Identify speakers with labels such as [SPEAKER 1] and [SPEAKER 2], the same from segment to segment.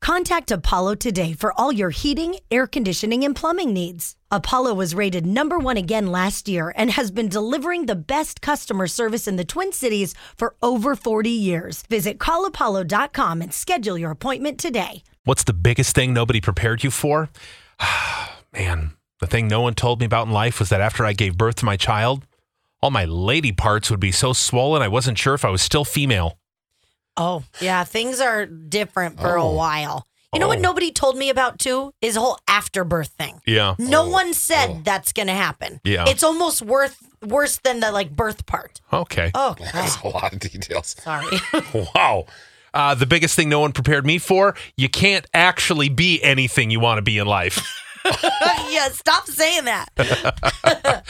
[SPEAKER 1] Contact Apollo today for all your heating, air conditioning, and plumbing needs. Apollo was rated number one again last year and has been delivering the best customer service in the Twin Cities for over 40 years. Visit callapollo.com and schedule your appointment today.
[SPEAKER 2] What's the biggest thing nobody prepared you for? Man, the thing no one told me about in life was that after I gave birth to my child, all my lady parts would be so swollen I wasn't sure if I was still female.
[SPEAKER 1] Oh, yeah. Things are different for
[SPEAKER 3] Oh.
[SPEAKER 1] a while. You know what
[SPEAKER 2] Oh.
[SPEAKER 1] nobody told me about too is the whole afterbirth thing.
[SPEAKER 2] Yeah.
[SPEAKER 1] No
[SPEAKER 3] Oh.
[SPEAKER 1] one said
[SPEAKER 3] Oh.
[SPEAKER 1] that's going to happen.
[SPEAKER 2] Yeah.
[SPEAKER 1] It's almost worth worse than the like birth part.
[SPEAKER 2] Okay.
[SPEAKER 1] Oh, God.
[SPEAKER 3] That's a lot of details.
[SPEAKER 1] sorry.
[SPEAKER 2] Wow. Uh, the biggest thing no one prepared me for you can't actually be anything you want to be in life.
[SPEAKER 1] yeah, stop saying that.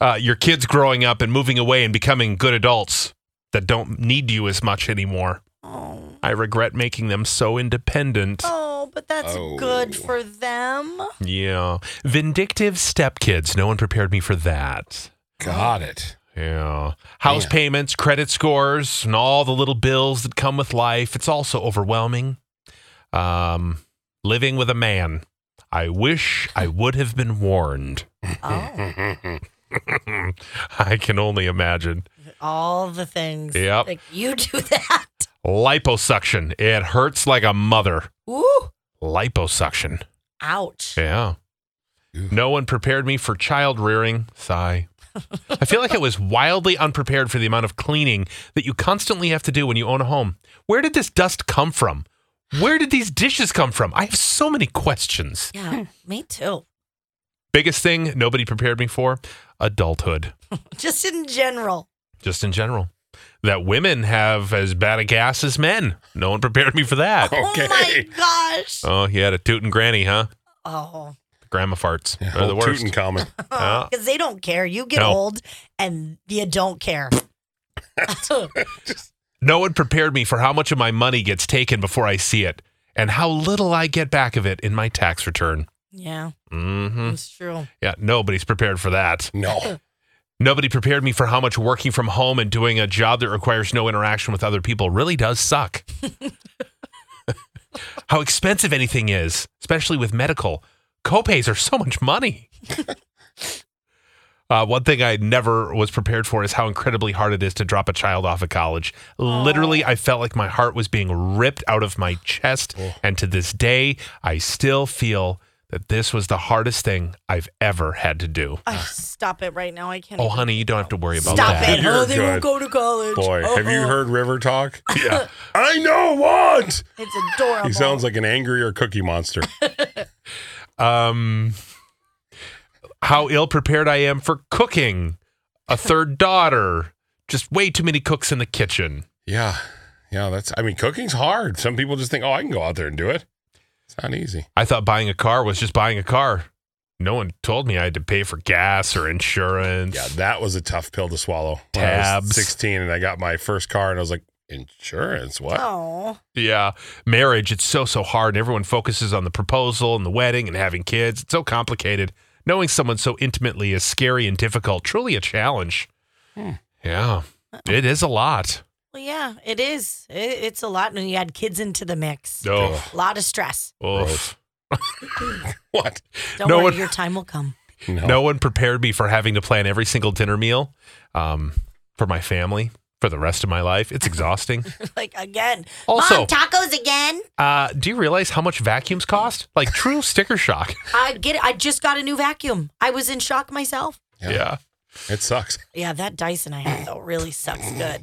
[SPEAKER 2] Uh, your kids growing up and moving away and becoming good adults that don't need you as much anymore. I regret making them so independent.
[SPEAKER 1] Oh, but that's
[SPEAKER 3] Oh.
[SPEAKER 1] good for them.
[SPEAKER 2] Yeah. Vindictive stepkids. No one prepared me for that.
[SPEAKER 3] Got it.
[SPEAKER 2] Yeah. House
[SPEAKER 3] Yeah.
[SPEAKER 2] payments, credit scores, and all the little bills that come with life. It's also overwhelming. Um, living with a man. I wish I would have been warned.
[SPEAKER 1] Oh,
[SPEAKER 2] I can only imagine.
[SPEAKER 1] all the things.
[SPEAKER 2] Yep.
[SPEAKER 1] Like, you do that.
[SPEAKER 2] Liposuction. It hurts like a mother.
[SPEAKER 1] Ooh,
[SPEAKER 2] Liposuction.
[SPEAKER 1] ouch.
[SPEAKER 2] Yeah.
[SPEAKER 3] Oof.
[SPEAKER 2] No one prepared me for child rearing. Sigh. I feel like I was wildly unprepared for the amount of cleaning that you constantly have to do when you own a home. Where did this dust come from? Where did these dishes come from? I have so many questions.
[SPEAKER 1] Yeah, me too.
[SPEAKER 2] Biggest thing nobody prepared me for adulthood,
[SPEAKER 1] Just in general.
[SPEAKER 2] just in general. That women have as bad a gas as men. No one prepared me for that.
[SPEAKER 1] Oh my gosh.
[SPEAKER 2] Oh, he had a tootin' granny, huh?
[SPEAKER 1] Oh,
[SPEAKER 2] Grandma farts.
[SPEAKER 3] Yeah,
[SPEAKER 2] They're the
[SPEAKER 3] old
[SPEAKER 2] worst.
[SPEAKER 3] Tutankhamun.
[SPEAKER 2] Uh,
[SPEAKER 1] because they don't care. You get
[SPEAKER 2] No.
[SPEAKER 1] old and you don't care.
[SPEAKER 2] No one prepared me for how much of my money gets taken before I see it and how little I get back of it in my tax return.
[SPEAKER 1] yeah,
[SPEAKER 2] hmm
[SPEAKER 1] it's true.
[SPEAKER 2] Yeah, nobody's prepared for that.
[SPEAKER 3] No.
[SPEAKER 2] Nobody prepared me for how much working from home and doing a job that requires no interaction with other people really does suck. how expensive anything is, especially with medical. Copays are so much money. uh, one thing I never was prepared for is how incredibly hard it is to drop a child off at college. Literally, I felt like my heart was being ripped out of my chest. And to this day, I still feel that this was the hardest thing I've ever had to do.
[SPEAKER 1] Ugh, stop it right now. I can't.
[SPEAKER 2] Oh, honey, you don't have to worry about
[SPEAKER 1] stop
[SPEAKER 2] that.
[SPEAKER 1] it. Oh,
[SPEAKER 3] You're
[SPEAKER 1] they won't
[SPEAKER 3] good.
[SPEAKER 1] go to college.
[SPEAKER 3] Boy, have you
[SPEAKER 1] Oh,
[SPEAKER 3] heard River talk?
[SPEAKER 2] Yeah.
[SPEAKER 3] I know what.
[SPEAKER 1] It's adorable.
[SPEAKER 3] He sounds like an angrier cookie monster.
[SPEAKER 2] Um, how ill prepared I am for cooking, a third daughter, just way too many cooks in the kitchen.
[SPEAKER 3] Yeah. Yeah, that's I mean, cooking's hard. Some people just think, "Oh, I can go out there and do it." It's not easy.
[SPEAKER 2] I thought buying a car was just buying a car. No one told me I had to pay for gas or insurance.
[SPEAKER 3] Yeah, that was a tough pill to swallow. When I was
[SPEAKER 2] Tabs.
[SPEAKER 3] 16 and I got my first car and I was like, "Insurance? What?"
[SPEAKER 1] Oh,
[SPEAKER 2] Yeah. Marriage, it's so, so hard. And everyone focuses on the proposal and the wedding and having kids. It's so complicated. Knowing someone so intimately is scary and difficult. Truly a challenge. Yeah. It is a lot.
[SPEAKER 1] well, yeah, it is. It, it's a lot when you add kids into the mix.
[SPEAKER 2] Oh,
[SPEAKER 1] A lot of stress.
[SPEAKER 2] oof.
[SPEAKER 3] What?
[SPEAKER 1] Don't
[SPEAKER 2] No
[SPEAKER 1] worry,
[SPEAKER 2] one-
[SPEAKER 1] your time will come.
[SPEAKER 3] No.
[SPEAKER 2] No one prepared me for having to plan every single dinner meal um, for my family for the rest of my life. It's exhausting.
[SPEAKER 1] like again.
[SPEAKER 2] Also-
[SPEAKER 1] Mom, tacos again.
[SPEAKER 2] uh, do you realize how much vacuums cost? Like true sticker shock.
[SPEAKER 1] I get it. I just got a new vacuum. I was in shock myself.
[SPEAKER 3] Yeah. It sucks.
[SPEAKER 1] Yeah, that Dyson I have though really sucks good.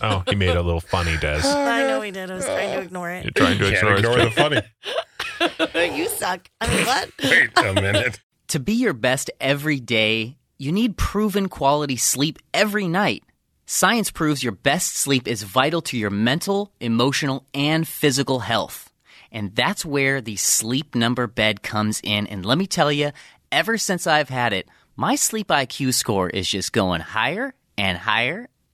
[SPEAKER 2] Oh, he made a little funny, Des.
[SPEAKER 1] I know he did. I was trying to ignore
[SPEAKER 2] You're
[SPEAKER 1] it.
[SPEAKER 2] trying to
[SPEAKER 3] Can't
[SPEAKER 2] ignore,
[SPEAKER 3] ignore,
[SPEAKER 2] his
[SPEAKER 3] the funny.
[SPEAKER 1] you suck. I mean, what?
[SPEAKER 3] Wait a minute.
[SPEAKER 4] To be your best every day, you need proven quality sleep every night. Science proves your best sleep is vital to your mental, emotional, and physical health. And that's where the sleep number bed comes in. And let me tell you, ever since I've had it, my sleep IQ score is just going higher and higher.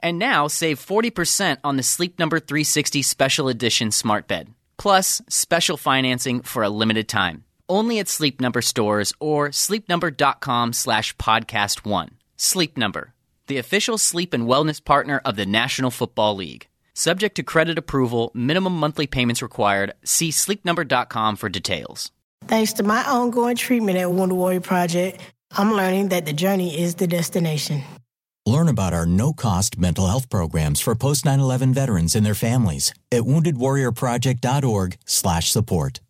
[SPEAKER 4] And now save 40% on the Sleep Number 360 Special Edition smart bed. Plus, special financing for a limited time. Only at Sleep Number stores or sleepnumber.com slash podcast one. Sleep Number, the official sleep and wellness partner of the National Football League. Subject to credit approval, minimum monthly payments required. See sleepnumber.com for details.
[SPEAKER 5] Thanks to my ongoing treatment at Wounded Warrior Project, I'm learning that the journey is the destination.
[SPEAKER 6] Learn about our no cost mental health programs for post 9 11 veterans and their families at woundedwarriorproject.org/slash support.